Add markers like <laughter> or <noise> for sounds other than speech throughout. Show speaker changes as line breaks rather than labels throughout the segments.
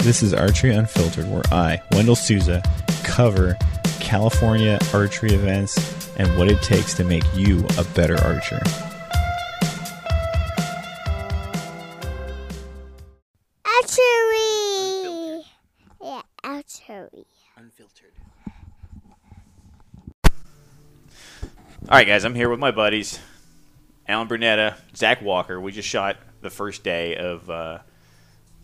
This is Archery Unfiltered, where I, Wendell Souza, cover California archery events and what it takes to make you a better archer.
Archery. Yeah, archery.
Unfiltered. All right, guys, I'm here with my buddies, Alan Brunetta, Zach Walker. We just shot the first day of, uh,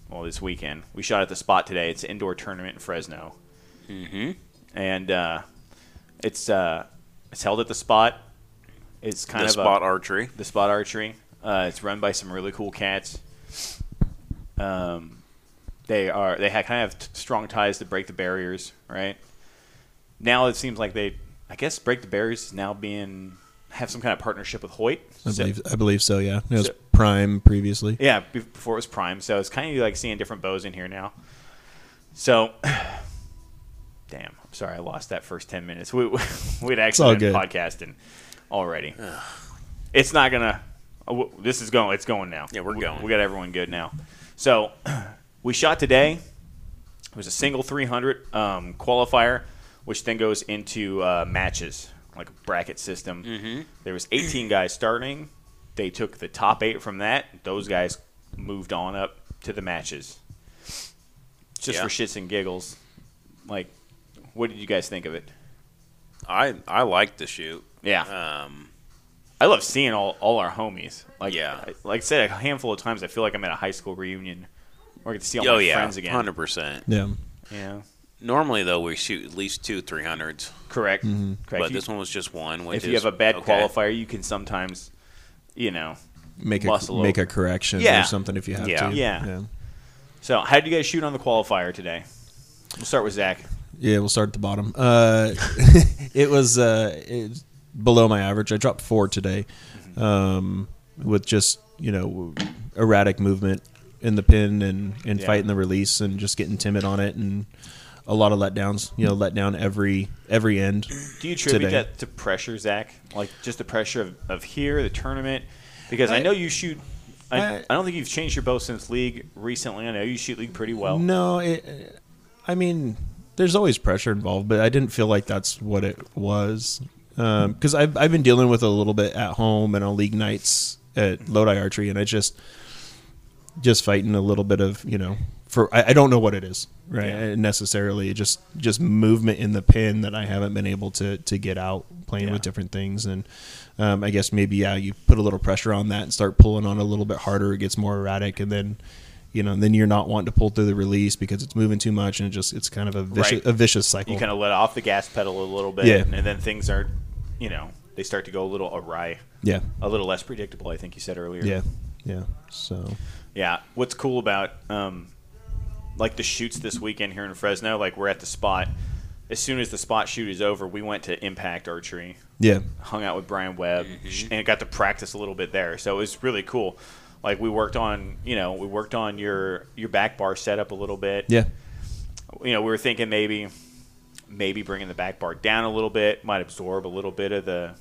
well, this weekend. We shot at the spot today. It's an indoor tournament in Fresno. Mm-hmm. And uh, it's uh, it's held at the spot. It's kind
the
of
spot
a,
archery.
the spot archery. Uh, it's run by some really cool cats. Um, they are they ha kind of have t- strong ties to break the barriers, right? Now it seems like they, I guess, break the barriers is now being have some kind of partnership with Hoyt.
I
So-
believe, I believe so. Yeah, it was
So-
Prime previously.
yeah, be- before it was Prime, so it's kind of like seeing different bows in here now. So, <sighs> damn, I'm sorry I lost that first ten minutes. We <laughs> we'd
all
actually been
good.
podcasting already. it's not gonna. uh, w- This is going. It's going now.
Yeah, we're
We-
going.
We got everyone good now. So, <clears throat> we shot today. It was a single 300 um, qualifier, which then goes into uh, matches, like a bracket system.
Mm.
Mm-hmm. There was 18 guys starting. They took the top eight from that. Those guys moved on up to the matches, just
Yeah.
for shits and giggles. Like, what did you guys think of it?
I I like the shoot.
Yeah,
Um,
I love seeing all, all our homies. Like,
Yeah.
I- like I said a handful of times, I feel like I'm at a high school reunion where I get to see all
oh
my
yeah,
friends again.
hundred percent.
Yeah,
Yeah,
Normally though, we shoot at least two three hundreds,
correct. correct.
but
You-
this one was just one. Which
if you
is-
have a bad
okay.
qualifier, you can sometimes, you know.
make a
Muscle
make
over.
a correction
Yeah.
or something if you have
Yeah.
to.
Yeah.
yeah,
So, how did you guys shoot on the qualifier today? We'll start with Zach.
Yeah, We'll start at the bottom. Uh, <laughs> it was uh, it's below my average. I dropped four today,
Mm-hmm.
um, with just you know erratic movement in the pin and and
Yeah.
fighting the release and just getting timid on it and a lot of letdowns. You know, let down every every end.
Do you attribute
Today.
that to pressure, Zach? Like just the pressure of, of here, the tournament? Because I, know you shoot. I, I,
I-
don't think you've changed your bow since league recently. I know you shoot league pretty well.
No, it, I mean, there's always pressure involved, but I didn't feel like that's what it was. Because Um, I've, I've been dealing with it a little bit at home and on league nights at Lodi Archery, and I just just fighting a little bit of you know for I, I don't know what it is right
Yeah.
uh, necessarily just just movement in the pin that I haven't been able to to get out playing
Yeah.
with different things and um, I guess maybe yeah you put a little pressure on that and start pulling on a little bit harder it gets more erratic and then you know then you're not wanting to pull through the release because it's moving too much and it just it's kind of a vicious
Right.
a vicious cycle
You kind of let off the gas pedal a little bit,
Yeah.
and then things are, you know, they start to go a little awry,
yeah
a little less predictable. I think you said earlier.
yeah yeah so
Yeah. What's cool about um, like the shoots this weekend here in Fresno? Like we're at the spot. As soon as the spot shoot is over, we went to Impact Archery,
yeah
hung out with Brian Webb, sh and got to practice a little bit there. So it was really cool. Like we worked on, you know, we worked on your your back bar setup a little bit.
yeah
You know, we were thinking maybe maybe bringing the back bar down a little bit might absorb a little bit of the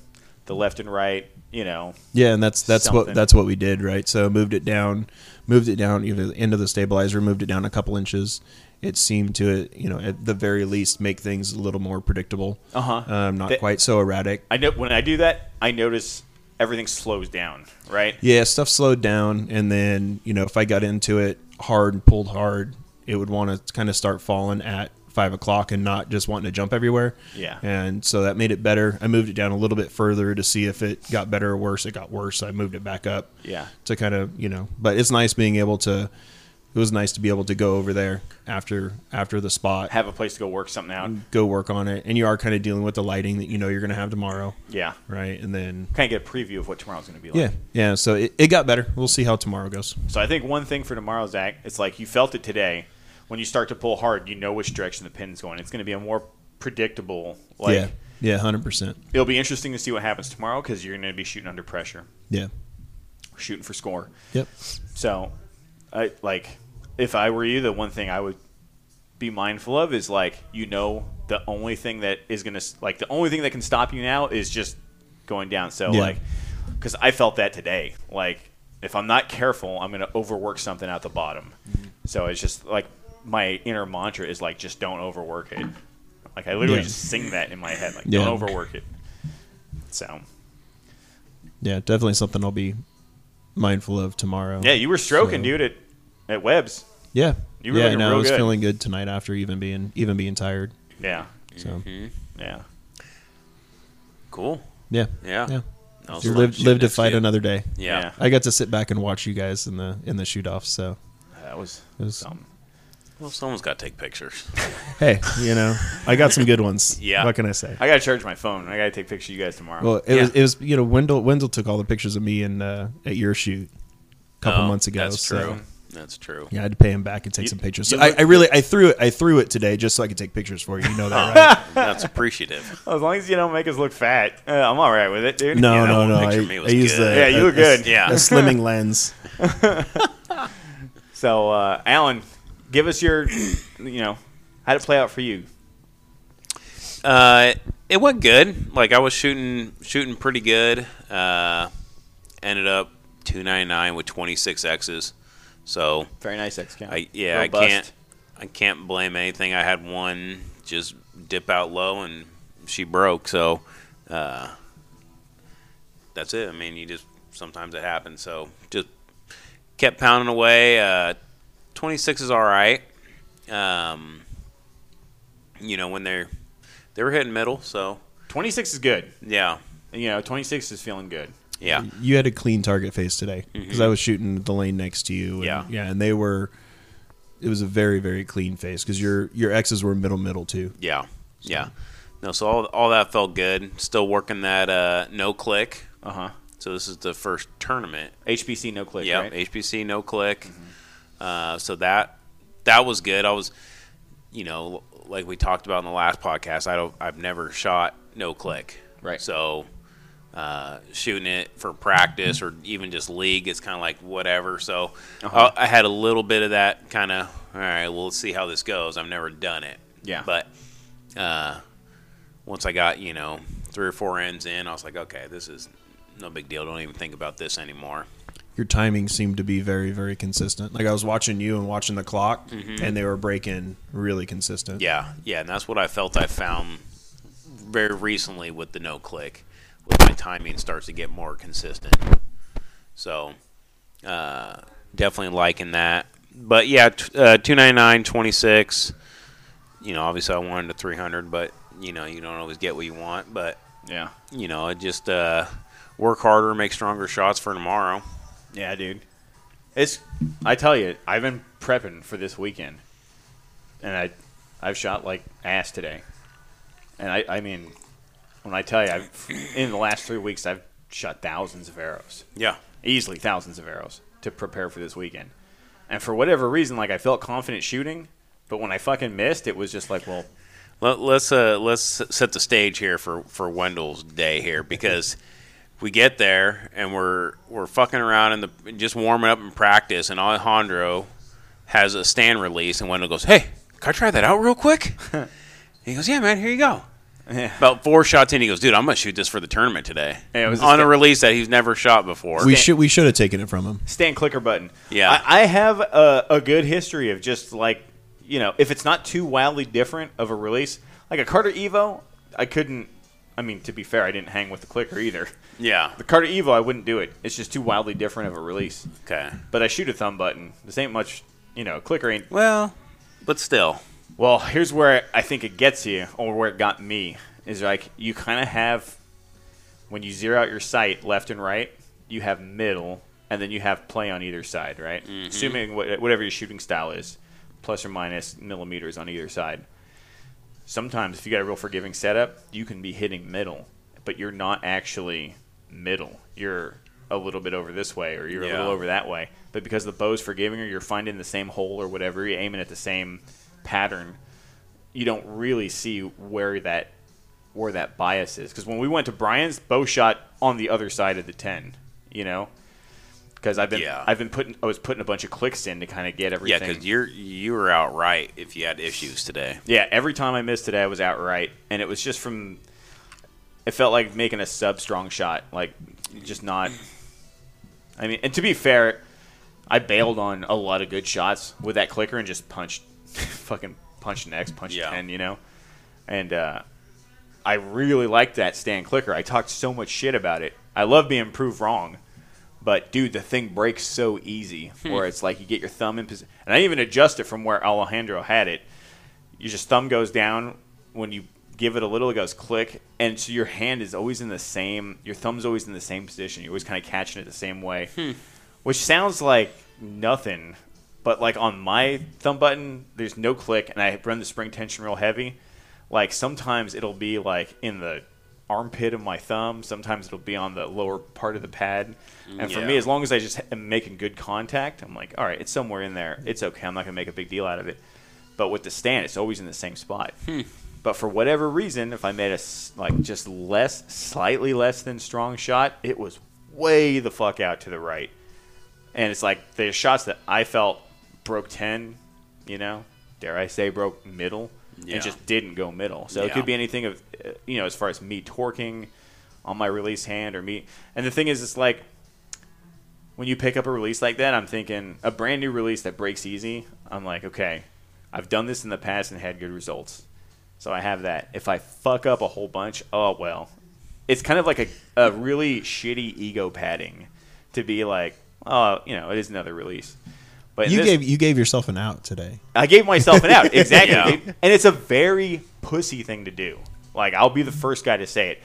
the left and right. You know,
Yeah, and that's that's
something.
what that's what we did, right? So moved it down, moved it down, you know, the end of the stabilizer, moved it down a couple inches. It seemed to, you know, at the very least, make things a little more predictable.
Uh-huh.
Um, not
Th-
quite so erratic.
I know when I do that, I notice everything slows down. Right.
Yeah, stuff slowed down, and then you know, if I got into it hard and pulled hard, it would want to kind of start falling at five o'clock and not just wanting to jump everywhere.
Yeah.
and so that made it better. I moved it down a little bit further to see if it got better or worse. It got worse. I moved it back up.
Yeah.
to kind of you know, but it's nice being able to. It was nice to be able to go over there after after the spot,
Have a place to go work something out.
go work on it, and you are kind of dealing with the lighting that you know you're going to have tomorrow,
Yeah.
right? And then
kind of get a preview of what tomorrow's going to be like.
yeah, yeah. So it, it got better. We'll see how tomorrow goes.
So I think one thing for tomorrow, Zach, it's like you felt it today. When you start to pull hard, you know which direction the pin's going. It's going to be a more predictable. Like
yeah, yeah, hundred percent.
it'll be interesting to see what happens tomorrow because you're going to be shooting under pressure,
Yeah.
shooting for score.
Yep.
So, I like if I were you, the one thing I would be mindful of is like you know the only thing that is going to like the only thing that can stop you now is just going down. So
Yeah.
like because I felt that today.
Mm-hmm.
Like if I'm not careful, I'm going to overwork something at the bottom. So it's just like my inner mantra is like just don't overwork it. Like I literally
Yeah.
just sing that in my head, like
Yeah.
don't overwork it. So
Yeah, definitely something I'll be mindful of tomorrow.
yeah, you were stroking,
So-
dude, at at Webb's.
Yeah,
You were
yeah.
looking
No,
real
I was
good.
feeling good tonight after even being even being tired.
Yeah,
So
yeah.
Cool.
yeah,
Yeah.
yeah.
I'll
You
select
lived
shoot
lived to
next
fight
year.
another day.
Yeah.
Yeah.
I got to sit back and watch you guys in the in the shoot off. So
That was,
It was-
something.
Well, someone's got to take pictures.
hey, you know, I got some good ones.
Yeah.
What can I say?
I gotta charge my phone. I gotta take pictures of you guys tomorrow.
Well, it
Yeah.
was it was you know Wendell Wendell took all the pictures of me and uh, at your shoot a couple
Oh,
months ago.
That's
so.
true. That's true.
Yeah, I had to pay him back and take some pictures. So
you
I,
look-
I really I threw it I threw it today just so I could take pictures for you. You know that,
<laughs>
right?
That's appreciative.
as long as you don't make us look fat, uh, I'm all right with it, dude.
<laughs> No,
Yeah, that
no,
one
no. I,
picture of me was
I used
good.
the
Yeah, you
a-
look
a-
good.
Yeah.
a
<laughs>
slimming lens.
So, uh, Alan, give us your, you know, how did it play out for you?
Uh, it went good. Like I was shooting shooting pretty good. Uh, ended up 299 with 26 X's. So
Very nice X count.
I yeah, I
Robust.
can't I can't blame anything. I had one just dip out low and she broke. So uh, that's it. I mean, you just sometimes it happens. So just kept pounding away. Uh, Twenty six is all right. Um, you know when they're they were hitting middle. So
26 is good.
yeah,
You know, 26 is feeling good.
yeah,
You had a clean target face today because I was shooting the lane next to you. And,
Mm-hmm. Yeah.
yeah, and they were. It was a very very clean face because your your X's were middle middle too.
yeah, yeah. No, so all all that felt good. Still working that uh, no click.
Uh huh.
So this is the first tournament
HPC no click,
Yeah,
right? Mm-hmm.
HPC no click. Uh, so that that was good. I was, you know, like we talked about in the last podcast. I don't. I've never shot no click.
Right.
So uh, shooting it for practice or even just league, it's kind of like whatever. So
Uh-huh.
I, I had a little bit of that kind of. All right. Well, let's see how this goes. I've never done it.
Yeah.
But uh, once I got you know three or four ends in, I was like, okay, this is no big deal. Don't even think about this anymore.
Your timing seemed to be very very consistent. Like I was watching you and watching the clock, and they were breaking really consistent.
Mm-hmm. Yeah, yeah, and that's what I felt I found very recently with the no click, with my timing starts to get more consistent. So, uh, definitely liking that. But yeah, t- uh, 299, 26. You know, obviously I wanted a 300, but you know, you don't always get what you want. But
Yeah.
you know, it just uh, work harder, make stronger shots for tomorrow.
Yeah, dude. It's I tell you, I've been prepping for this weekend, and I I've shot like ass today, and I I mean when I tell you, I've in the last three weeks I've shot thousands of arrows,
Yeah,
easily thousands of arrows to prepare for this weekend, and for whatever reason, like I felt confident shooting, but when I fucking missed, it was just like, well,
Let, let's uh, let's set the stage here for, for Wendell's day
<laughs>
here because we get there and we're we're fucking around in the just warming up in practice and Alejandro has a stand release and Wendell goes, "Hey, can I try that out real quick?"
<laughs>
And he goes, "Yeah, man, here you go."
Yeah.
About four shots in, he goes, "Dude, I'm gonna shoot this for the tournament today."
Yeah, it was a
on a
sta-
release that he's never shot before.
We should we should have taken it from him.
stand clicker button.
Yeah.
I, I have a, a good history of just like you know, if it's not too wildly different of a release, like a Carter Evo, I couldn't. I mean, to be fair, I didn't hang with the clicker either.
yeah.
The Carter Evo, I wouldn't do it. It's just too wildly different of a release.
Okay.
But I shoot a thumb button. This ain't much. You know, clicker ain't.
Well, but still,
Well, here's where I think it gets you, or where it got me, is like you kind of have when you zero out your sight left and right, you have middle, and then you have play on either side, right? Assuming wha- whatever your shooting style is, plus or minus millimeters on either side. Sometimes, if you got a real forgiving setup, you can be hitting middle, but you're not actually middle. You're a little bit over this way, or you're a
Yeah.
little over that way. But because the bow's forgiving, or you're finding the same hole or whatever, you're aiming at the same pattern. You don't really see where that where that bias is. Because when we went to Brian's, bow shot on the other side of the ten, you know, because I've been
Yeah.
I've been putting I was putting a bunch of clicks in to kind of get
yeah,
everything.
because you're you were out right if you had issues today.
Yeah, every time I missed today, I was outright, and it was just from. It felt like making a sub strong shot, like just not. I mean, and to be fair, I bailed on a lot of good shots with that clicker and just punched. <laughs> fucking punch next, punch
Yeah.
ten, you know. And uh, I really liked that Stan Clicker. I talked so much shit about it. I love being proved wrong, but dude, the thing breaks so easy. Where it's like you get your thumb in position, and I even adjust it from where Alejandro had it. Your just thumb goes down when you give it a little. It goes click, and so your hand is always in the same. Your thumb's always in the same position. You're always kind of catching it the same way, which sounds like nothing, but like on my thumb button, there's no click, and I run the spring tension real heavy. Like sometimes it'll be like in the armpit of my thumb. Sometimes it'll be on the lower part of the pad. And for me,
Yeah.
as long as I just am making good contact, I'm like, all right, it's somewhere in there. It's okay. I'm not gonna make a big deal out of it. But with the stand, it's always in the same spot. But for whatever reason, if I made a s- like just less, slightly less than strong shot, it was way the fuck out to the right. And it's like the shots that I felt broke ten, you know, dare I say broke middle,
Yeah.
and just didn't go middle. So it
Yeah.
could be anything of, uh, you know, as far as me torquing on my release hand or me. And the thing is, it's like when you pick up a release like that, I'm thinking a brand new release that breaks easy. I'm like, okay, I've done this in the past and had good results. So I have that. If I fuck up a whole bunch, oh well. It's kind of like a, a really shitty ego padding to be like, oh, you know, it is another release. But in
You
this-
gave you gave yourself an out today.
I gave myself an
<laughs>
out. Exactly.
Yeah.
And it's a very pussy thing to do. Like I'll be the first guy to say it.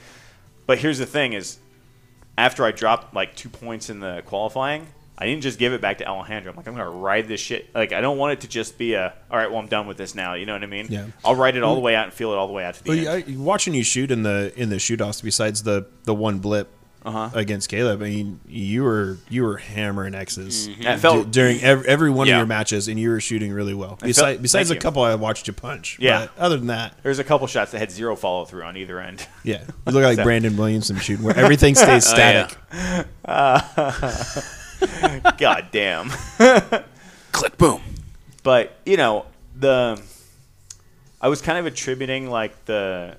But here's the thing is after I dropped like two points in the qualifying, I didn't just give it back to Alejandro. I'm like, I'm gonna ride this shit. Like I don't want it to just be a all right, well I'm done with this now, you know what I mean?
Yeah.
I'll ride it all the way out and feel it all the way out to the
Well,
end.
you- I- watching you shoot in the in the shoot offs, besides the the one blip
Uh-huh.
against Caleb, I mean, you were you were hammering X's
That felt-
du- during every, every one
Mm-hmm. Yeah.
of your matches, and you were shooting really well.
felt-
Besides, besides a
thank you.
couple I watched you punch.
Yeah.
But other than that,
There's a couple shots that had zero follow through on either
<laughs>
end.
yeah,
<laughs>
you look like Brandon Williamson shooting where everything stays
Oh, yeah.
static.
God damn.
Click, boom.
but you know the i was kind of attributing like the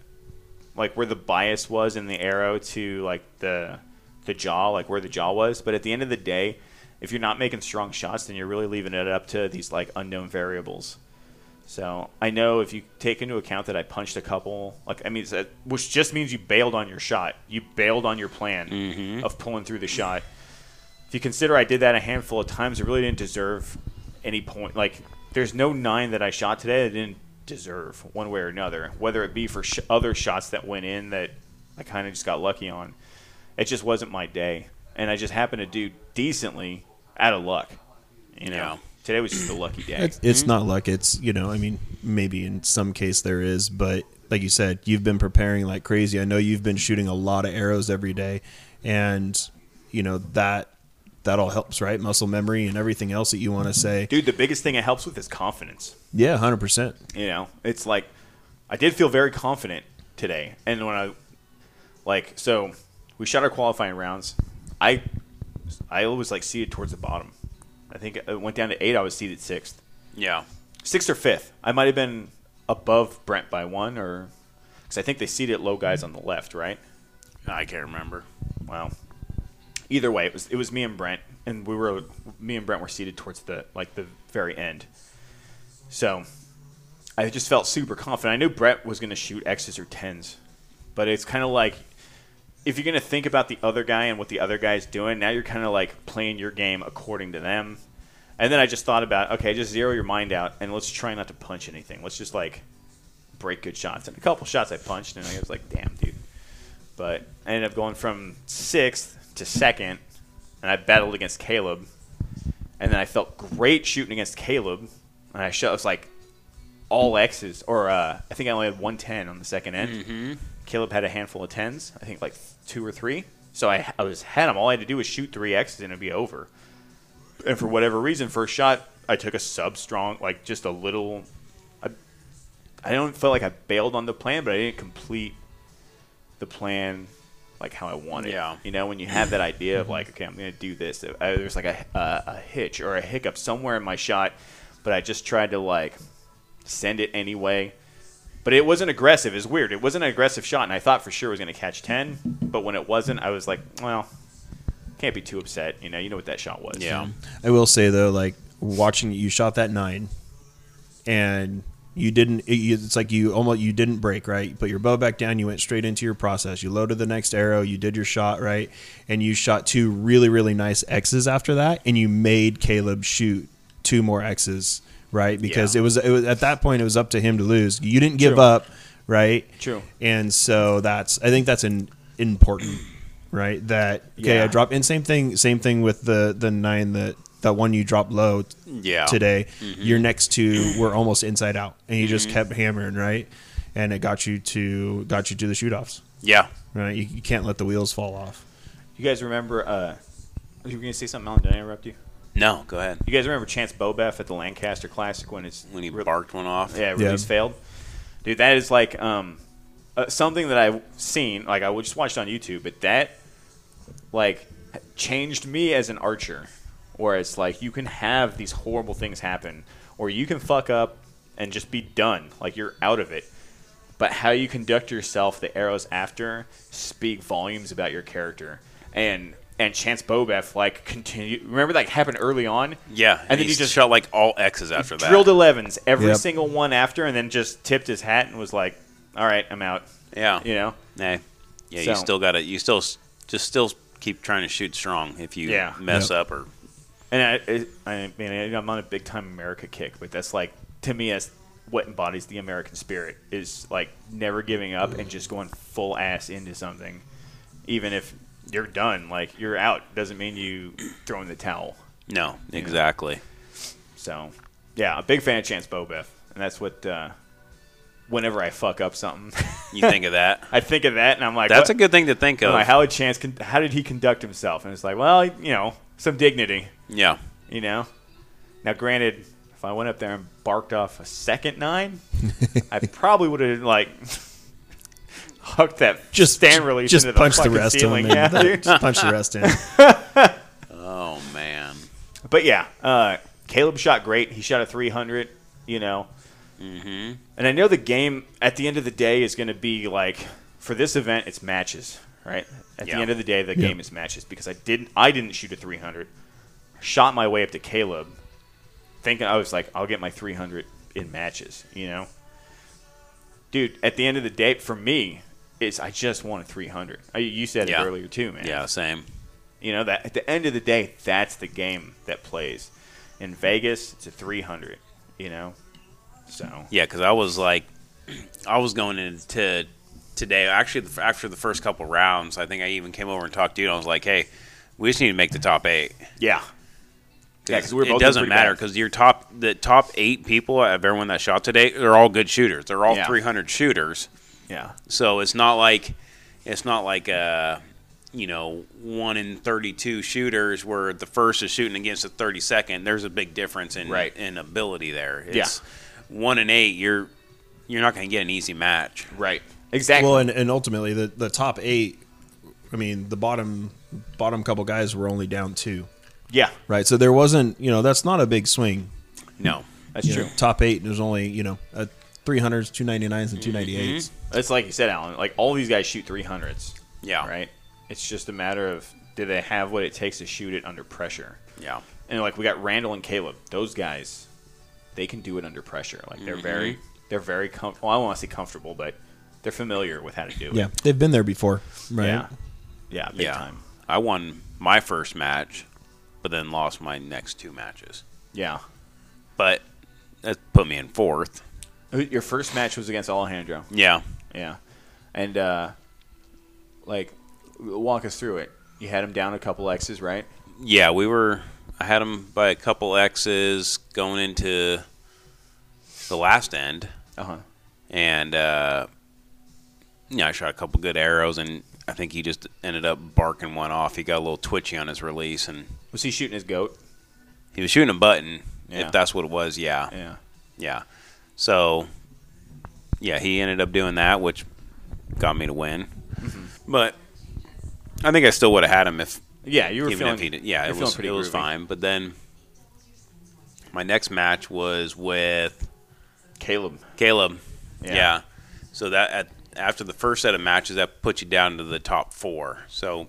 like where the bias was in the arrow to like the the jaw like where the jaw was but at the end of the day if you're not making strong shots then you're really leaving it up to these like unknown variables so i know if you take into account that i punched a couple like i mean it's- which just means you bailed on your shot you bailed on your plan of pulling through the shot if you consider I did that a handful of times, I really didn't deserve any point. Like, there's no nine that I shot today that I didn't deserve one way or another, whether it be for sh- other shots that went in that I kind of just got lucky on. It just wasn't my day, and I just happened to do decently out of luck. You know,
Yeah.
today was just a lucky day.
It's, it's not luck. It's you know, I mean, maybe in some case there is, but like you said, you've been preparing like crazy. I know you've been shooting a lot of arrows every day, and you know that that all helps, right? Muscle memory and everything else that you want to say.
Dude, the biggest thing it helps with is confidence.
Yeah, hundred percent.
you know it's like i did feel very confident today and when i like so we shot our qualifying rounds i i was like seated towards the bottom i think it went down to eight i was seated sixth
Yeah.
sixth or fifth i might have been above brent by one or because i think they seated low guys on the left right
I can't remember.
Wow. Either way, it was it was me and Brent, and we were me and Brent were seated towards the like the very end. So, I just felt super confident. I knew Brent was going to shoot X's or tens, but it's kind of like if you're going to think about the other guy and what the other guy's doing, now you're kind of like playing your game according to them. And then I just thought about okay, just zero your mind out and let's try not to punch anything. Let's just like break good shots. And a couple shots I punched, and I was like, damn, dude but I ended up going from sixth to second, and I battled against Caleb, and then I felt great shooting against Caleb, and I shot it was like all X's, or uh, I think I only had one ten on the second end. Caleb had a handful of tens, I think like two or three. So I, I was had them. All I had to do was shoot three X's, and it'd be over. And for whatever reason, first shot I took a sub strong, like just a little. I, I don't feel like I bailed on the plan, but I didn't complete the plan like how I want it.
Yeah.
You know, when you have that idea of like, okay, I'm going to do this. I, there's like a, a a hitch or a hiccup somewhere in my shot, but I just tried to like send it anyway. But it wasn't aggressive. It's weird. It wasn't an aggressive shot, and I thought for sure it was going to catch ten. But when it wasn't, I was like, well, can't be too upset. You know, you know what that shot was.
Yeah.
I will say though, like watching you shot that nine, and You didn't. It, you- it's like you almost you didn't break right. You put your bow back down. You went straight into your process. You loaded the next arrow. You did your shot right, and you shot two really really nice X's after that, and you made Caleb shoot two more X's right because
Yeah.
it was it was at that point it was up to him to lose. You didn't give up right.
True.
And so that's I think that's an important right that okay
Yeah.
I dropped and same thing same thing with the the nine that that one you dropped low t-
Yeah.
today.
Mm-hmm.
Your next two were almost inside out, and you just kept hammering right, and it got you to got you to the shoot offs.
Yeah.
Right, you, you can't let the wheels fall off.
You guys remember? Uh, you were gonna say something, Alan? Did I interrupt you?
No, go ahead.
You guys remember Chance Bobeth at the Lancaster Classic when it's
When he
re-
barked one off.
Yeah, release failed. Dude, that is like um, uh, something that I've seen. Like I would just watched on YouTube, but that like changed me as an archer. Where it's like you can have these horrible things happen, or you can fuck up and just be done. Like you're out of it. But how you conduct yourself, the arrows after, speak volumes about your character. And and Chance Bobeth like continue. Remember that happened early on.
Yeah.
and then you just
shot like all X's after that.
drilled 11s every
Yep.
single one after and then just tipped his hat and was like all right i'm out
Yeah.
you know
Hey. Yeah,
So-
you still got to you still s- just still keep trying to shoot strong if you
Yeah.
mess
Yep.
up or
and i it, i mean I- i'm on a big time america kick but that's like to me as what embodies the american spirit is like never giving up and just going full ass into something even if you're done like you're out doesn't mean you throw in the towel
no, exactly.
so yeah a big fan of chance bobeth and that's what uh whenever i fuck up something <laughs>
You think of that.
i think of that and i'm like
That's
what-
a good thing to think of.
I'm like, how did Chance? Con- how did he conduct himself? And it's like, well, you know, some dignity.
yeah.
You know. Now, granted, if I went up there and barked off a second
<laughs>
nine, I probably would have like <laughs> hooked that
Just
stand release
Just
into
punch
the,
the,
fucking
rest
ceiling.
in.
Yeah, dude.
<laughs> just punch the
<laughs>
rest in.
Oh man.
But yeah, uh, Caleb shot great. He shot a 300, you know.
Mm-hmm.
And I know the game at the end of the day is going to be like for this event, it's matches, right? At
Yeah.
the end of the day, the game is matches because I didn't, I didn't shoot a 300. I shot my way up to Caleb, thinking I was like, I'll get my 300 in matches, you know. Dude, at the end of the day, for me, it's I just want a 300. I, you said
Yeah.
it earlier too, man.
Yeah, same.
You know that at the end of the day, that's the game that plays. In Vegas, it's a 300. You know, so
Yeah, because I was like, <clears throat> I was going into today. Actually, after the first couple rounds, I think I even came over and talked to you. And I was like, hey, we just need to make the top eight.
yeah, yeah. Because we were both
it
doing
doesn't
pretty
matter
bad.
because your top the top eight people of everyone that shot today, they're all good shooters. They're all
Yeah.
300 shooters.
yeah,
So it's not like it's not like uh you know one in 32 shooters where the first is shooting against the 32nd. There's a big difference in
Right.
in ability there. It's one in eight. You're you're not going to get an easy match.
right, exactly.
Well, and, and ultimately the the top eight. I mean, the bottom bottom couple guys were only down two,
yeah,
right? So there wasn't, you know, that's not a big swing.
No.
that's
You know,
true.
top eight there's only you know uh, 300s 299s
Mm-hmm.
and 298s
It's like you said, Alan. Like all these guys shoot 300s.
Yeah.
right. It's just a matter of do they have what it takes to shoot it under pressure?
Yeah.
And like we got Randall and Caleb. Those guys, they can do it under pressure. Like they're very, they're very comfortable. Well, I don't want to say comfortable, but they're familiar with how to do it.
yeah they've been there before right
Yeah. Yeah, big
yeah.
time.
I won my first match, but then lost my next two matches.
Yeah.
But that put me in fourth.
Who- Your first match was against Alejandro.
Yeah.
Yeah. And, uh, like, w- walk us through it. You had him down a couple X's, right?
Yeah, we were. I had him by a couple X's going into the last end,
Uh huh.
and uh, yeah, I shot a couple good arrows, and I think he just ended up barking one off. He got a little twitchy on his release, and
Was he shooting his goat?
he was shooting a button.
Yeah.
If that's what it was, yeah, yeah,
Yeah.
So yeah, he ended up doing that, which got me to win.
Mm-hmm.
But I think I still would have had him if
Yeah, you were
even
feeling.
if he did, yeah,
you
it
were
was it was
groovy.
fine. But then my next match was with
Caleb.
Caleb.
Yeah.
Yeah. So that at, after the first set of matches, that puts you down to the top four. So,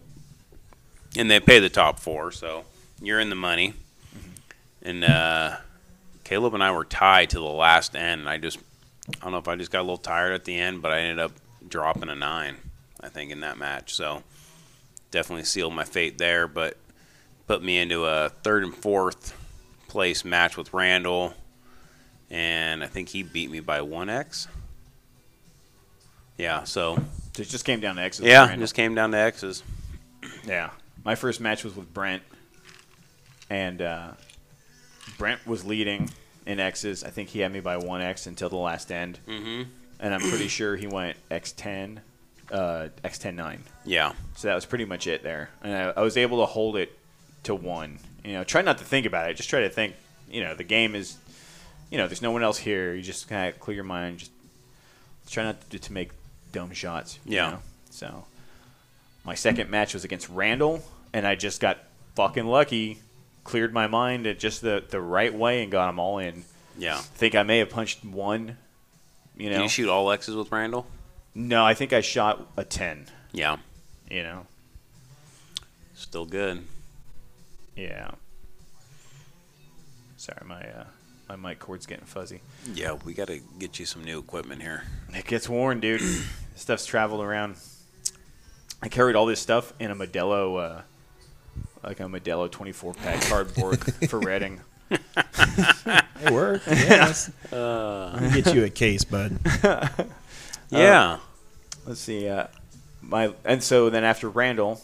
and they pay the top four, so you're in the money. And uh, Caleb and I were tied to the last end, and I just I don't know if I just got a little tired at the end, but I ended up dropping a nine, I think, in that match. So definitely sealed my fate there, but put me into a third and fourth place match with Randall. And I think he beat me by 1x. Yeah, so.
So it just came down to X's.
Yeah,
Brandon.
just came down to X's.
yeah. My first match was with Brent, and uh, Brent was leading in X's. I think he had me by one X until the last end, mm-hmm. and I'm pretty sure he went X10, uh, X10 nine.
Yeah.
So that was pretty much it there. And I, I was able to hold it to one. You know, try not to think about it. Just try to think, you know, the game is, you know, there's no one else here. You just kind of clear your mind. Just try not to, to make dumb shots. you
Yeah.
know? So my second match was against Randall, and I just got fucking lucky. Cleared my mind at just the, the right way and got them all in.
Yeah.
think I may have punched one. You
Did
know,
you shoot all X's with Randall?
no, I think I shot a ten.
Yeah.
You know,
Still good.
Yeah. Sorry, my uh, my mic cord's getting fuzzy.
Yeah, we got to get you some new equipment here.
It gets worn, dude. <clears throat> Stuff's traveled around. I carried all this stuff in a Modelo, uh, like a Modelo 24 pack <laughs> cardboard for Reading.
It
<laughs>
worked. Yes. Let me get you a case, bud.
Yeah.
Let's see. Uh, my and so then after Randall,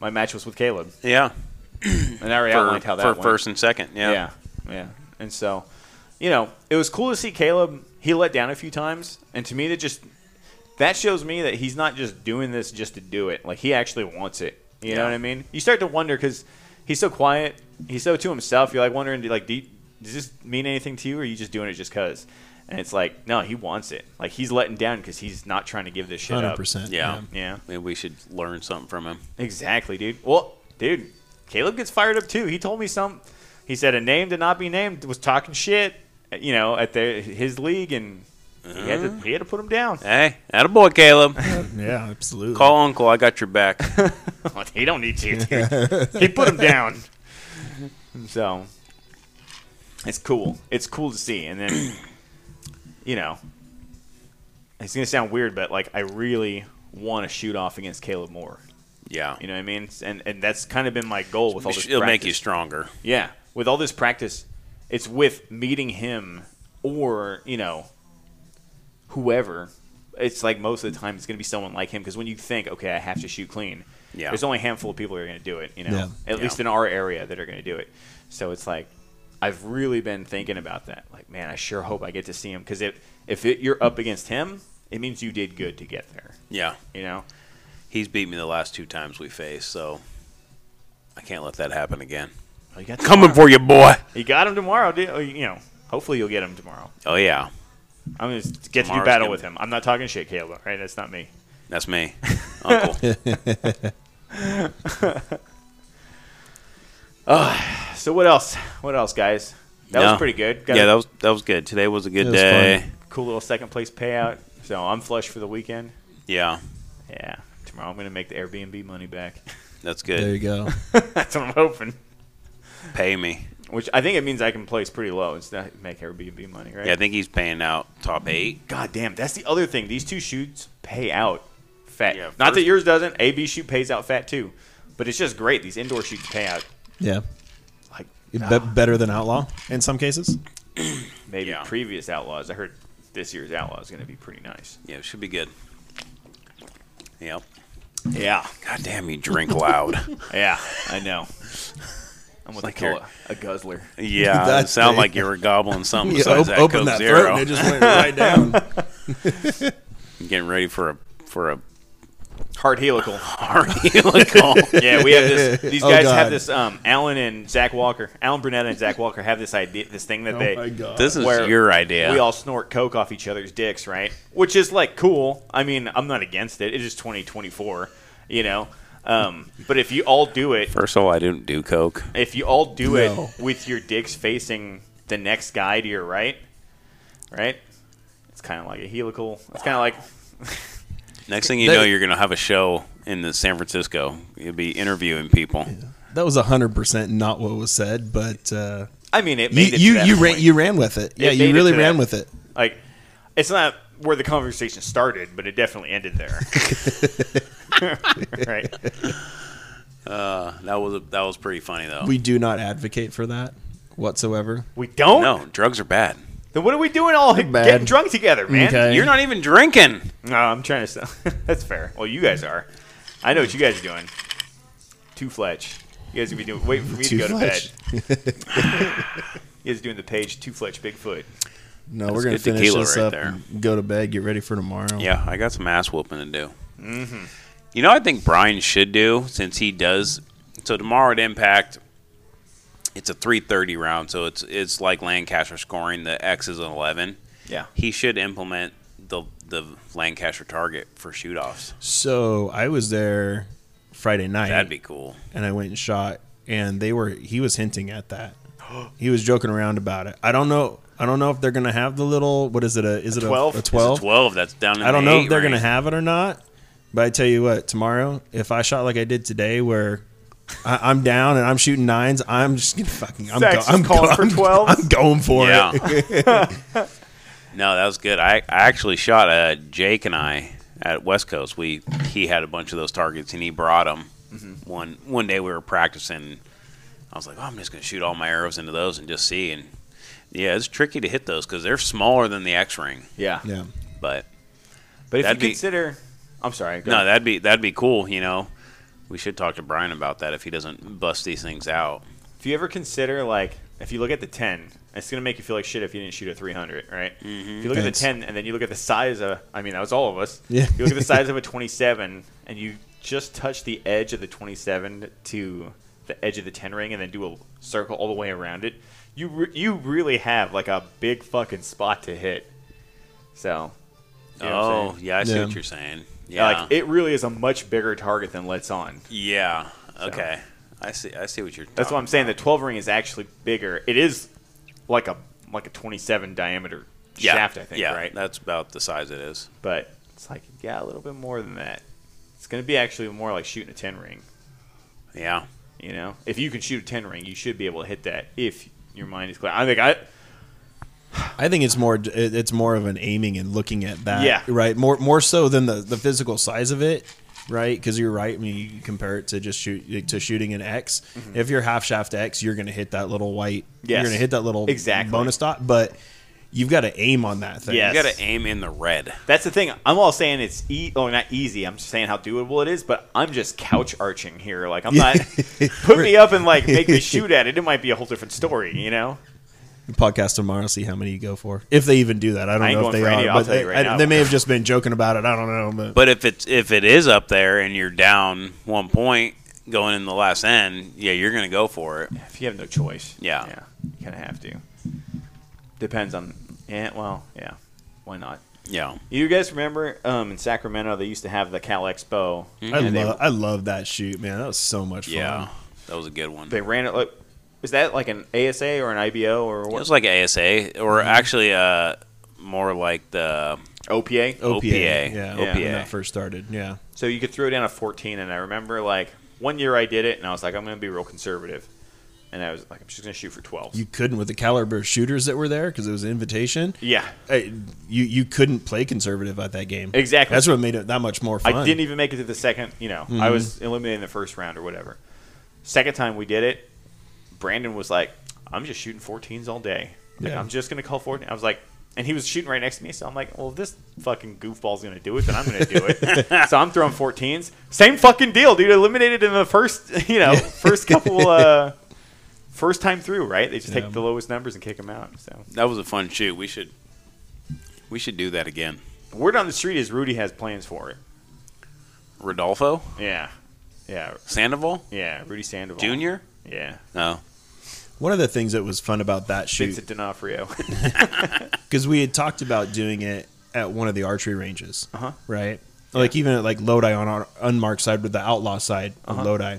my match was with Caleb,
yeah.
and I already
For,
outlined how that
for
went.
first and second. Yeah.
yeah, yeah. And so, you know, it was cool to see Caleb. He let down a few times, and to me, that just that shows me that he's not just doing this just to do it. Like he actually wants it. You know
Yeah.
what I mean? You start to wonder because he's so quiet. He's so to himself. You're like wondering, like, do you, does this mean anything to you, or are you just doing it just cause? And it's like, no, he wants it. Like he's letting down because he's not trying to give this shit
Hundred
up.
percent.
Yeah.
Yeah,
Maybe we should learn something from him.
exactly, dude. Well, dude, Caleb gets fired up too. He told me some. He said a name to not be named was talking shit. You know, at the, his league, and he had to he had to put him down. <laughs>
Hey, attaboy, Caleb.
Yeah, absolutely.
<laughs> Call Uncle. I got your <laughs> back.
he don't need to. dude. <laughs> he put him down. So it's cool. It's cool to see. And then <clears throat> you know, it's gonna sound weird, but like I really want to shoot off against Caleb Moore.
Yeah.
You know what I mean? And and that's kind of been my goal with all this.
It'll make you
practice.
stronger.
Yeah, with all this practice, it's with meeting him or you know whoever. It's like most of the time it's going to be someone like him because when you think, okay, I have to shoot clean.
Yeah.
There's only a handful of people who are going to do it. You know,
Yeah.
at
Yeah.
least in our area that are going to do it. So it's like. I've really been thinking about that. Like, man, I sure hope I get to see him because if if it, you're up against him, it means you did good to get there.
Yeah.
You know,
He's beat me the last two times we faced, so I can't let that happen again.
oh, you got
Coming for you, boy.
you got him tomorrow, dude. Oh, You know, hopefully you'll get him tomorrow.
Oh, yeah.
I'm gonna s- get to do
Tomorrow's
battle
gonna-
with him. I'm not talking shit, Caleb. All right, that's not me.
That's me, <laughs> Uncle.
So what else? What else, guys? That
No.
was pretty good. Got
yeah,
a
that was that was good. Today was a good
It was
day.
cool little second place payout. So I'm flush for the weekend.
Yeah,
Yeah, tomorrow I'm gonna make the Airbnb money back. <laughs>
that's
There
good.
you go.
that's what I'm hoping.
Pay me.
Which I think it means I can place pretty low and still make Airbnb money, right?
Yeah, I think he's paying out top eight.
God damn, that's the other thing. These two shoots pay out fat.
Yeah,
not that
first-
yours doesn't. AB shoot pays out fat too, but it's just great. These indoor shoots pay out
Yeah.
like
You bet- better than outlaw in some cases.
maybe
Yeah.
previous outlaws. I heard this year's outlaw is gonna be pretty nice.
Yeah, it should be good. Yep.
Yeah.
God damn, you
<laughs>
drink loud.
Yeah, I <laughs> know. I'm what
like
they call
you're-
a, a guzzler.
yeah, it
<laughs> That
sounded
thing.
like you were gobbling
<laughs>
something besides that Coke Zero.
just went
<laughs>
right down.
Getting ready for a for a
Hard <laughs> helical.
<laughs>
<laughs>
helical.
Yeah, we have this. These
Oh,
guys
God.
have this. Um, Alan and Zach Walker, Alan Brunetta and Zach Walker have this idea, this thing that they
Oh, god.
This is
Where
your idea.
we all snort coke off each other's dicks, right? Which is like cool. I mean, I'm not against it. It is 2024, you know. Um, but if you all do it,
First of all, I didn't do coke.
if you all do
No.
it with your dicks facing the next guy to your right, right? It's kind of like a helical. It's kind of like
Next thing you
They-
know, you're gonna have a show in the San Francisco. You'll be interviewing people.
That was hundred percent not what was said, but uh,
I mean, it
you
made it to
you
that
you ran
point.
you ran with it. Yeah,
made
you
it
really
to
ran
that-
with it.
Like, It's not where the conversation started, but it definitely ended there. <laughs> right.
That was a, that was pretty funny though.
We do not advocate for that whatsoever.
We don't.
no, drugs are bad.
Then what are we doing all
bad.
getting drunk together, man?
Okay.
You're not even drinking.
No, I'm trying to. s- <laughs> That's fair. Well, you guys are. I know what you guys are doing. Two Fletch. You guys are be doing waiting for me to
Two
go
Fletch.
to bed. you guys are doing the page Two Fletch Bigfoot.
No, we're gonna
good
finish
tequila
this
right
up.
there.
And go to bed. Get ready for tomorrow.
Yeah, I got some ass whooping to do. Mm-hmm. You know, I think Brian should do since he does. So tomorrow at Impact, it's a three thirty round, so it's it's like Lancaster scoring. The X is an eleven.
Yeah.
He should implement the the Lancaster target for shoot offs.
So I was there Friday night.
That'd be cool.
and I went and shot, and they were he was hinting at that. He was joking around about it. I don't know. I don't know if they're gonna have the little what is it a is it a
12? It's
a
a
It's a
twelve?
Twelve. That's down. In
I don't
the
know
eight
if they're gonna
range.
have it or not. But I tell you what, tomorrow if I shot like I did today, where I, I'm down and I'm shooting nines, I'm just gonna fucking I'm,
Sex is
I'm
calling for
I'm-
12s?
I'm going for it.
Yeah. no, that was good. I, I actually shot uh, Jake and I at West Coast. We he had a bunch of those targets and he brought them. One one day we were practicing. I was like, oh, I'm just gonna shoot all my arrows into those and just see. And yeah, it's tricky to hit those because they're smaller than the X ring.
Yeah.
Yeah.
But
But if
That'd
you
be-
consider, I'm sorry. go
no,
ahead.
that'd be that'd be cool. You know, we should talk to Brian about that if he doesn't bust these things out.
if you ever consider like if you look at the 10 it's going to make you feel like shit if you didn't shoot a 300 right
Mm-hmm.
if you look
Thanks.
at the 10 and then you look at the size of i mean that was all of us
Yeah.
you look at the size
<laughs>
of a 27 and you just touch the edge of the 27 to the edge of the 10 ring and then do a circle all the way around it you re- you really have like a big fucking spot to hit so you know what I'm
oh,
saying?
yeah, I see
Yeah.
what you're saying. Yeah,
like it really is a much bigger target than let's on
yeah. Okay, I see. I see what you're.
That's
talking
what I'm saying. The 12 ring is actually bigger. It is like a like a 27 diameter shaft, I think,
yeah,
right?
That's about the size it is.
But it's like yeah, a little bit more than that. It's going to be actually more like shooting a 10 ring.
Yeah.
You know, if you can shoot a 10 ring, you should be able to hit that if your mind is clear. I think I
I think it's more it- it's more of an aiming and looking at that.
Yeah.
Right. More more so than the, the physical size of it. Right. Because you're right. I mean, you compare it to just shoot to shooting an X. If you're half shaft X, you're going to hit that little white. You're
Mm-hmm. Yes.
going to hit that little
Exactly.
bonus dot. But you've got to aim on that thing.
Yes.
You got to aim in the red.
that's the thing. I'm all saying it's e- oh not easy. I'm just saying how doable it is, but I'm just couch arching here. Like
<laughs>
I'm not put me up and like make me shoot at it. It might be a whole different story, you know.
Podcast tomorrow. See how many you go for. If they even do that, I don't
I ain't
know
going
if they
for
are.
any, I'll
but
tell you
they,
right
I-
now.
they may have just been joking about it. I don't know. But,
But if it's if it is up there and you're down one point going in the last end, yeah, you're gonna go for it.
If you have no choice.
Yeah.
Yeah. You kind of have to. Depends on. Yeah, well, yeah. Why not?
Yeah.
You guys remember um, in Sacramento, they used to have the Cal Expo.
I
and they-
love I love that shoot, man. That was so much fun.
Yeah. That was a good one.
They, ran it like. Is that like an ASA or an IBO or
It
what?
was like ASA
Mm-hmm.
or actually uh more like the
OPA?
OPA.
OPA.
Yeah.
Yeah. When that first started. Yeah.
So you could throw down a 14, and I remember like one year I did it, and I was like, I'm going to be real conservative. And I was like, I'm just going to shoot for 12.
you couldn't with the caliber of shooters that were there because it was an invitation.
yeah.
I- You you couldn't play conservative at that game.
Exactly.
That's what made it that much more fun. Mm-hmm.
I didn't even make it to the second. You know, I was eliminated in the first round or whatever. Second time we did it, Brandon was like, "I'm just shooting 14s all day. Like,
Yeah.
I'm just gonna call 14." I was like, and he was shooting right next to me, so I'm like, "Well, if this fucking goofball's gonna do it, then I'm gonna do it."
<laughs>
so I'm throwing 14s. Same fucking deal, dude. Eliminated in the first, you
<laughs>
know, first couple. uh First time through, right? They just
Yeah.
take the lowest numbers and kick them out. So
that was a fun shoot. We should we should do that again.
word on the street is Rudy has plans for it.
Rodolfo
Yeah, yeah,
Sandoval
yeah. Rudy Sandoval
Junior.
Yeah,
No.
e-
One of the things that was fun about that shoot
Vincent
<laughs>
D'Onofrio. <laughs>
because we had talked about doing it at one of the archery ranges,
Uh-huh.
right? Like even at like Lodi on our unmarked side with the outlaw side of Lodi,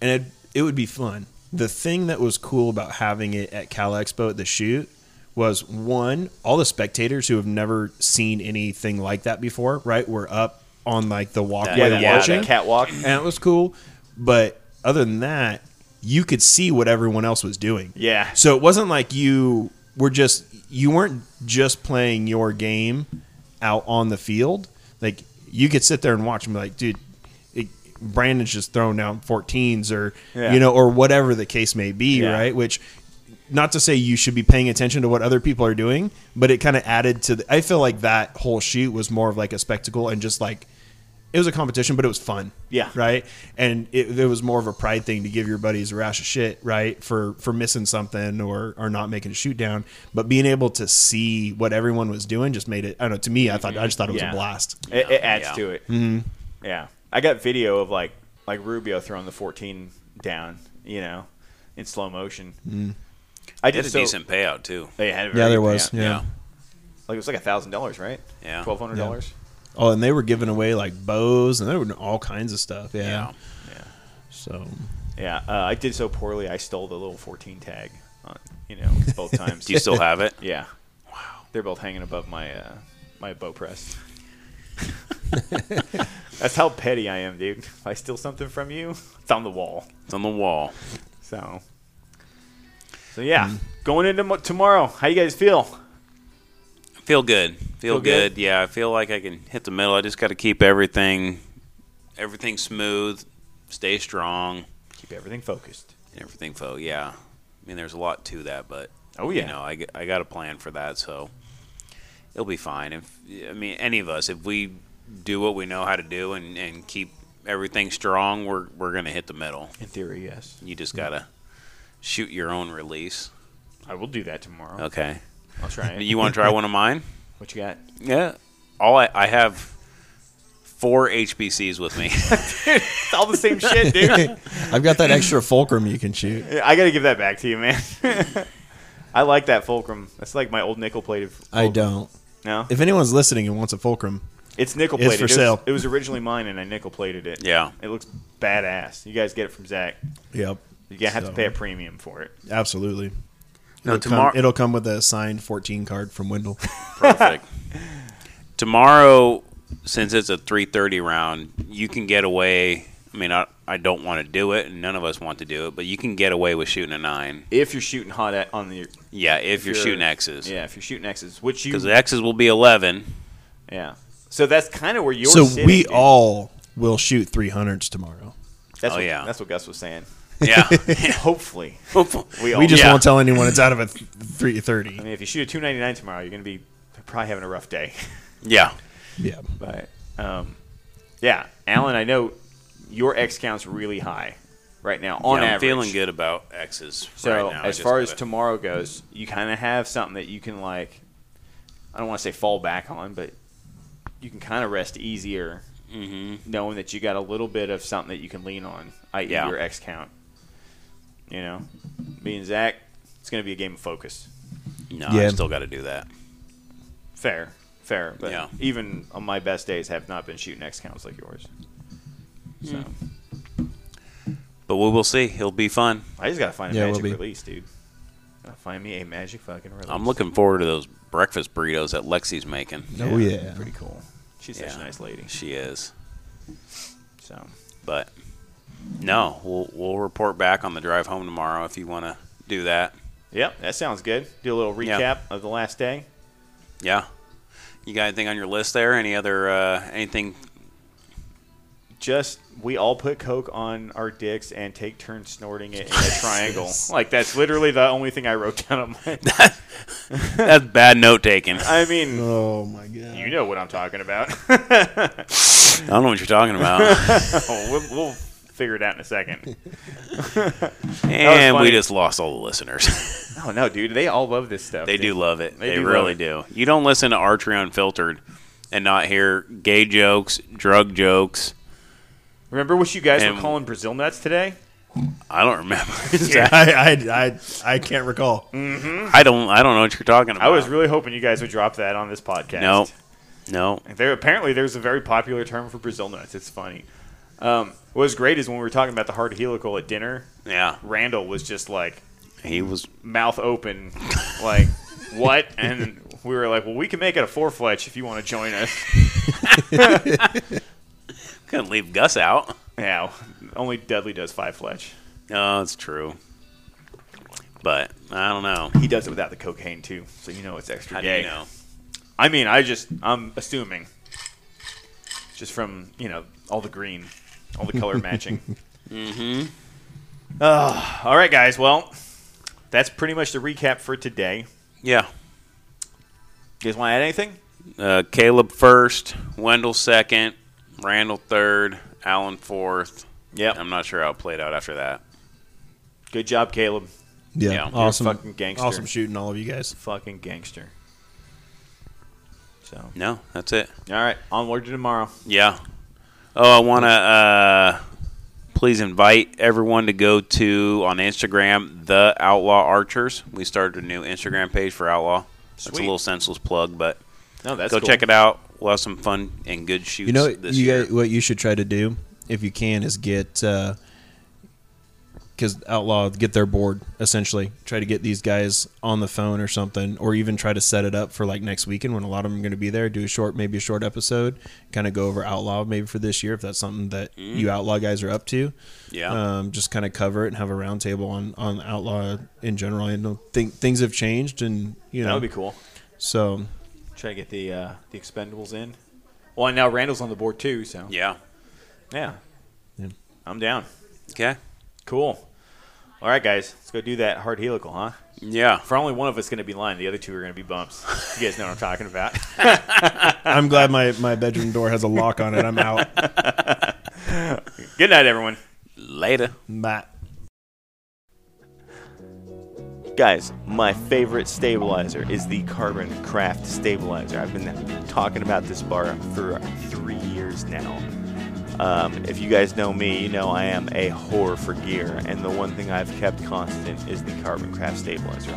and it it would be fun. The thing that was cool about having it at Cal Expo at the shoot was one, all the spectators who have never seen anything like that before, right, were up on like the walkway
Yeah,
that-
yeah,
watching,
that
<laughs>
catwalk.
and it was cool. But other than that, you could see what everyone else was doing.
Yeah.
So it wasn't like you were just you weren't just playing your game out on the field. Like you could sit there and watch and be like, dude, it, Brandon's just throwing down 14s or
Yeah.
you know or whatever the case may be,
Yeah.
right? Which not to say you should be paying attention to what other people are doing, but it kind of added to the I feel like that whole shoot was more of like a spectacle and just like it was a competition, but it was fun.
Yeah.
Right. And it, it was more of a pride thing to give your buddies a rash of shit, right, for for missing something or or not making a shoot down. But being able to see what everyone was doing just made it. I don't know. To me, I thought I just thought it was
Yeah.
a blast.
It, it adds
Yeah.
to it.
Mm-hmm.
Yeah, I got video of like like Rubio throwing the 14 down, you know, in slow motion. I
They had
did
a
so,
decent payout too.
They had a
Mm-hmm. Yeah,
very
there
good
was.
payout.
Yeah.
like it was like a thousand dollars, right?
Yeah.
twelve hundred dollars.
Oh, and they were giving away like bows and they were doing all kinds of stuff.
Yeah.
Yeah. So
Yeah, uh, I did so poorly. I stole the little 14 tag, on, you know,
<laughs>
both times.
Do you
<laughs>
still have it?
yeah. Wow. They're both hanging above my uh, my bow <laughs> press. That's how petty I am, dude. If I steal something from you, it's on the wall.
It's on the wall.
So, so yeah, going into mo- tomorrow. How you guys feel?
Feel good. Feel,
Feel good?
good. Yeah, I feel like I can hit the middle. I just got to keep everything, everything smooth, stay strong,
Keep everything focused.
and everything fo. Yeah, I mean, there's a lot to that, but
Oh
you
yeah.
know, I, g- I got a plan for that, so it'll be fine. If I mean, any of us, if we do what we know how to do and, and keep everything strong, we're we're gonna hit the middle.
In theory, yes.
You just gotta shoot your own release.
I will do that tomorrow. <laughs>
Okay,
I'll try
<laughs>
it.
you want to try one of mine?
what you got?
Yeah. All I, I have four HBCs with
<laughs>
me. <laughs>
It's all the same shit, dude.
I've got that extra fulcrum you can shoot.
Yeah, I gotta give that back to you, man. <laughs> I like that fulcrum. That's like my old nickel plated.
I don't.
No,
If anyone's listening and wants a fulcrum,
it's nickel plated.
It's for
it was,
sale.
It was originally mine, and I nickel plated it.
Yeah.
it looks badass. You guys get it from Zach.
yep.
You gonna have to
So-
pay a premium for it.
Absolutely.
no,
It'll come- it'll come with a signed 14 card from Wendell.
Perfect. tomorrow, since it's a 3:30 round, you can get away. I mean, I, I don't want to do it, and none of us want to do it, but you can get away with shooting a nine.
If you're shooting hot at, on the
Yeah, if, you're, shooting X's.
yeah, if you're shooting X's, which you
Because the X's will
<laughs>
be 11.
yeah. So that's kind of where you're.
so
sitting,
we
dude.
all will shoot 300s tomorrow.
That's
Oh,
what,
yeah.
that's what Gus was
<laughs>
saying.
Yeah.
Hopefully, we all.
We just
Yeah.
won't tell anyone it's out of a th-
I
330.
mean, if you shoot a 299 tomorrow, you're gonna be probably having a rough day.
<laughs>
<laughs>
yeah.
Yeah.
But um, yeah, Alan, I know your X count's really high right now on
Yeah, I'm
average.
feeling good about X's
So
right now. I
as
just
far as
gotta-
tomorrow goes, you kind of have something that you can like. I don't want to say fall back on, but you can kind of rest easier, knowing that you got a little bit of something that you can lean on, i.e.,
Mm-hmm. Yeah.
your X count. You know, me and Zach, it's going to be a game of focus.
No, I
Yeah.
still got to do that.
Fair, fair, but
Yeah.
even on my best days, have not been shooting X counts like yours. So.
Mm. But we will see. It'll be fun.
I just gotta find a
Yeah, it will
magic
be.
release, dude. Gotta find me a magic fucking release.
I'm looking forward to those breakfast burritos that Lexi's making.
Oh, yeah.
pretty cool. She's such
Yeah.
a nice lady.
She is.
So
But no, we'll we'll report back on the drive home tomorrow if you want to do that.
yep, that sounds good. Do a little recap
Yeah.
of the last day.
Yeah. You got anything on your list there? Any other uh,
<laughs>
anything?
Just we all put coke on our dicks and take turns snorting it in a
<laughs>
triangle. like that's literally the only thing I wrote down on my.
That's bad note taking. I
I mean,
Oh, my God.
you know what I'm talking about. <laughs>
don't know what you're talking about.
we'll, we'll figure it out in a
<laughs>
second.
and
funny.
we just lost all the listeners. <laughs>
Oh no, dude, they all love this stuff.
they
dude.
do love it.
They
They,
do love
really
it.
do. You don't listen to Archery Unfiltered and not hear gay jokes, drug jokes.
Remember what you guys were
And-
calling Brazil nuts today?
I don't remember. <laughs>
<laughs> I, I, I, I can't recall.
I don't. I don't know what you're talking about.
I was really hoping you guys would drop that on this podcast.
no, no.
There apparently there's a very popular term for Brazil nuts. It's funny. Um, what was great is when we were talking about the hard helical at dinner,
Yeah,
Randall was just like
he was.
mouth open, like what? And we were like, well, we can make it a four fletch if you want to join us.
Couldn't leave Gus out.
Yeah, only Dudley does five fletch.
No, that's true. Oh, But I don't know.
He does it without the cocaine too, so you know it's extra
How do
gay.
you know?
I mean, I just I'm assuming, just from you know all the green, all the color <laughs> matching. Mm-hmm. all right, guys. Well, that's pretty much the recap for today.
Yeah.
You guys want to add anything?
Uh, Caleb first, Wendell second, Randall third, Allen fourth.
Yep.
I'm not sure how it played out after that.
Good job, Caleb.
Yeah,
Yeah, you're a
awesome,
fucking gangster.
awesome shooting, all of you guys.
Fucking gangster. So, all
No, that's it.
right, onward to tomorrow.
Yeah. Oh, I want to uh, please invite everyone to go to on Instagram the Outlaw Archers. We started a new Instagram page for Outlaw. That's a
Sweet.
little senseless plug, but
No, that's
go
cool.
check it out. We'll have some fun and good shoots
You know,
this
you
year.
guys, what you should try to do if you can is get because outlaw get their board essentially. Try to get these guys on the phone or something, or even try to set it up for like next weekend when a lot of them are going to be there. Do a short, maybe a short episode, kind of go over outlaw maybe for this year if that's something that
Mm-hmm.
you outlaw guys are up to.
Yeah.
um, just kind of cover it and have a roundtable on on outlaw in general. I know think things have changed, and you know,
That would be cool.
so
Try to get the uh, the expendables in. Well, and now Randall's on the board too, so
yeah.
yeah.
Yeah.
I'm down.
Okay.
Cool. All right, guys, let's go do that hard helical, huh?
Yeah.
For only one of us going to be lying, the other two are going to be bumps. You guys know what I'm talking about. <laughs>
I'm glad my my bedroom door has a lock on it.
<laughs>
I'm out.
Good night, everyone.
Later.
Matt.
Guys, my favorite stabilizer is the Carbon Craft Stabilizer. I've been talking about this bar for three years now. Um, if you guys know me, you know I am a whore for gear, and the one thing I've kept constant is the Carbon Craft Stabilizer.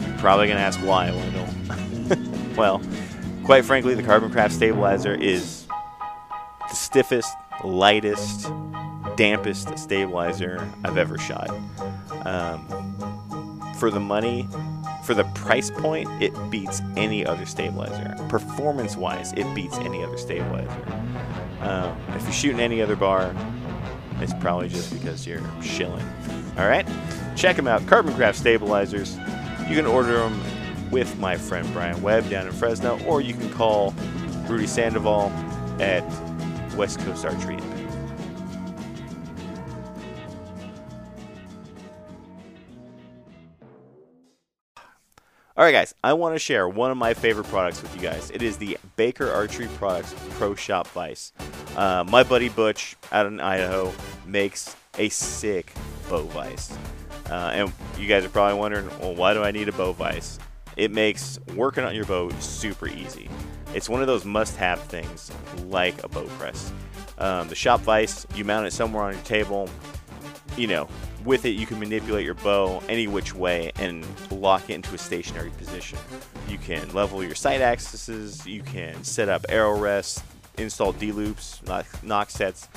You're probably going to ask why, Wendell. <laughs> well, quite frankly, the Carbon Craft Stabilizer is the stiffest, lightest, dampest stabilizer I've ever shot. Um, for the money, for the price point, it beats any other stabilizer. Performance wise, it beats any other stabilizer. Um, if you're shooting any other bar, it's probably just because you're shilling. All right? Check them out. Carbon Craft Stabilizers. You can order them with my friend Brian Webb down in Fresno, or you can call Rudy Sandoval at West Coast Archery in Boone. All right, guys, I want to share one of my favorite products with you guys. It is the Baker Archery Products Pro Shop Vice. Uh, my buddy Butch out in Idaho makes a sick bow vice. Uh, and you guys are probably wondering, well, why do I need a bow vice? It makes working on your bow super easy. It's one of those must have things like a bow press. Um, the shop vice, you mount it somewhere on your table, you know, with it you can manipulate your bow any which way and lock it into a stationary position. You can level your sight axes, you can set up arrow rests, install D loops, knock, knock sets.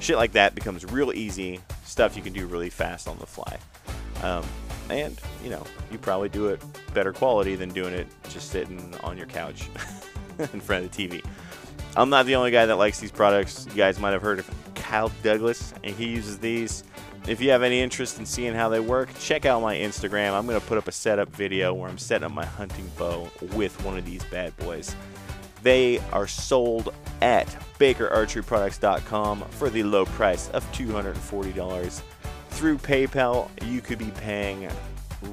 Shit like that becomes real easy, stuff you can do really fast on the fly. Um, and, you know, you probably do it better quality than doing it just sitting on your couch <laughs> in front of the TV. I'm not the only guy that likes these products. You guys might have heard of Kyle Douglas, and he uses these. If you have any interest in seeing how they work, check out my Instagram. I'm going to put up a setup video where I'm setting up my hunting bow with one of these bad boys. They are sold at bakerarcheryproducts.com for the low price of $240. Through PayPal, you could be paying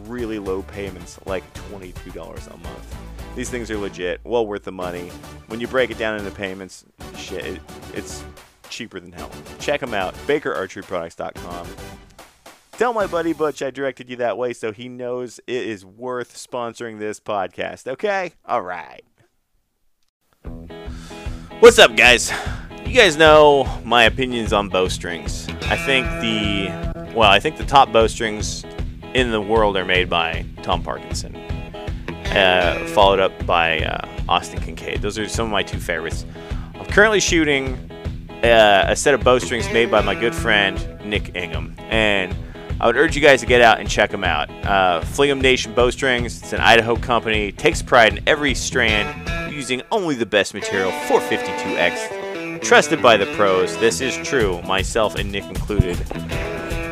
really low payments like $22 a month. These things are legit, well worth the money. When you break it down into payments, shit, it, it's cheaper than hell. Check them out, bakerarcheryproducts.com. Tell my buddy Butch I directed you that way so he knows it is worth sponsoring this podcast, okay? All right. What's up, guys? You guys know my opinions on bowstrings. I think the well, I think the top bowstrings in the world are made by Tom Parkinson, uh, followed up by uh, Austin Kincaid. Those are some of my two favorites. I'm currently shooting uh, a set of bowstrings made by my good friend Nick Ingham, and I would urge you guys to get out and check them out. Uh, Flingham Nation Bowstrings, it's an Idaho company, takes pride in every strand, using only the best material, 452X, trusted by the pros. This is true, myself and Nick included.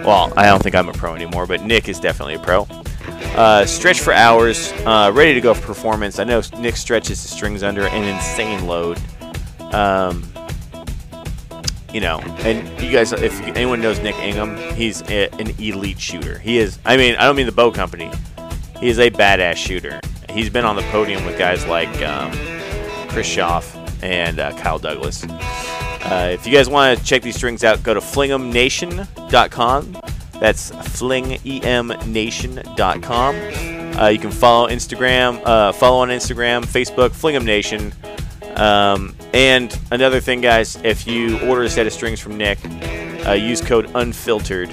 Well, I don't think I'm a pro anymore, but Nick is definitely a pro. Uh, stretch for hours, uh, ready to go for performance. I know Nick stretches his strings under an insane load. Um, you know, and you guys, if anyone knows Nick Ingham, he's a, an elite shooter. He is. I mean, I don't mean the bow company. He is a badass shooter. He's been on the podium with guys like um, Chris Schaff and uh, Kyle Douglas. Uh, if you guys want to check these strings out, go to fling'emnation.com. That's fling'emnation.com. Uh, you can follow Instagram, uh, follow on Instagram, Facebook, Fling'em Nation. Um, and another thing, guys, if you order a set of strings from Nick, uh, use code unfiltered.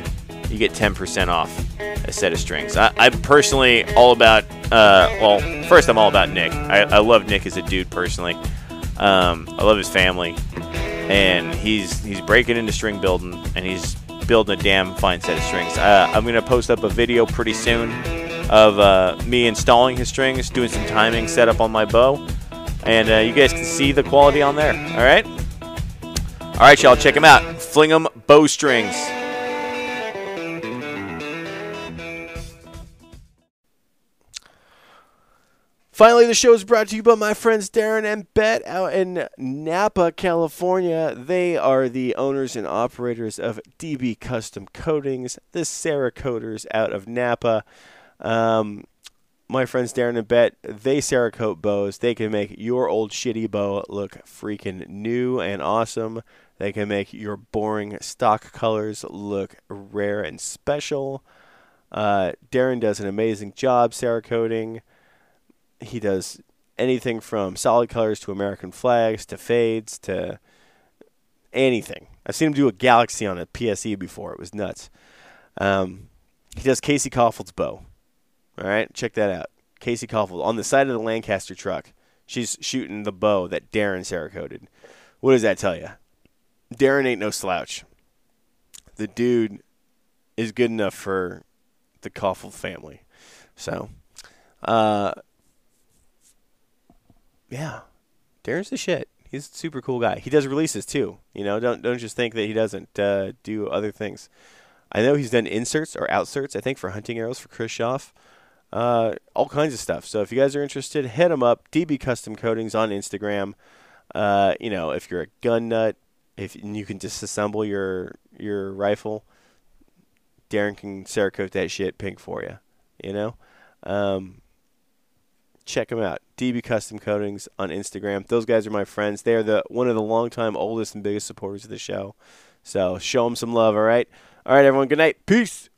You get 10% off a set of strings. I, I'm personally all about, uh, well, first, I'm all about Nick. I, I love Nick as a dude personally. Um, I love his family. And he's he's breaking into string building, and he's building a damn fine set of strings. Uh, I'm going to post up a video pretty soon of uh, me installing his strings, doing some timing setup on my bow and uh, you guys can see the quality on there. All right, all right, y'all, check them out. Fling 'em bow strings.
Finally, the show is brought to you by my friends Darren and Bet out in Napa, California. They are the owners and operators of DB Custom Coatings, the Sarah Coaters out of Napa. Um, my friends Darren and Bet, they Cerakote bows. They can make your old shitty bow look freaking new and awesome. They can make your boring stock colors look rare and special. Uh, Darren does an amazing job Cerakoting. He does anything from solid colors to American flags to fades to anything. I've seen him do a galaxy on a PSE before. It was nuts. Um, he does Casey Caulfield's bow. All right, check that out. Casey Caulfield on the side of the Lancaster truck. She's shooting the bow that Darren Cerakoted. What does that tell you? Darren ain't no slouch. The dude is good enough for the Caulfield family. So, uh, yeah, Darren's the shit. He's a super cool guy. He does releases too. You know, don't don't just think that he doesn't uh, do other things. I know he's done inserts or outserts. I think for hunting arrows for Chris Schaff uh, all kinds of stuff. So if you guys are interested, hit them up. DB Custom Coatings on Instagram. Uh, you know, if you're a gun nut, if and you can disassemble your your rifle, Darren can Cerakote that shit pink for you. You know, um, check them out. DB Custom Coatings on Instagram. Those guys are my friends. They are the one of the longtime oldest and biggest supporters of the show. So show them some love. All right, all right, everyone. Good night. Peace.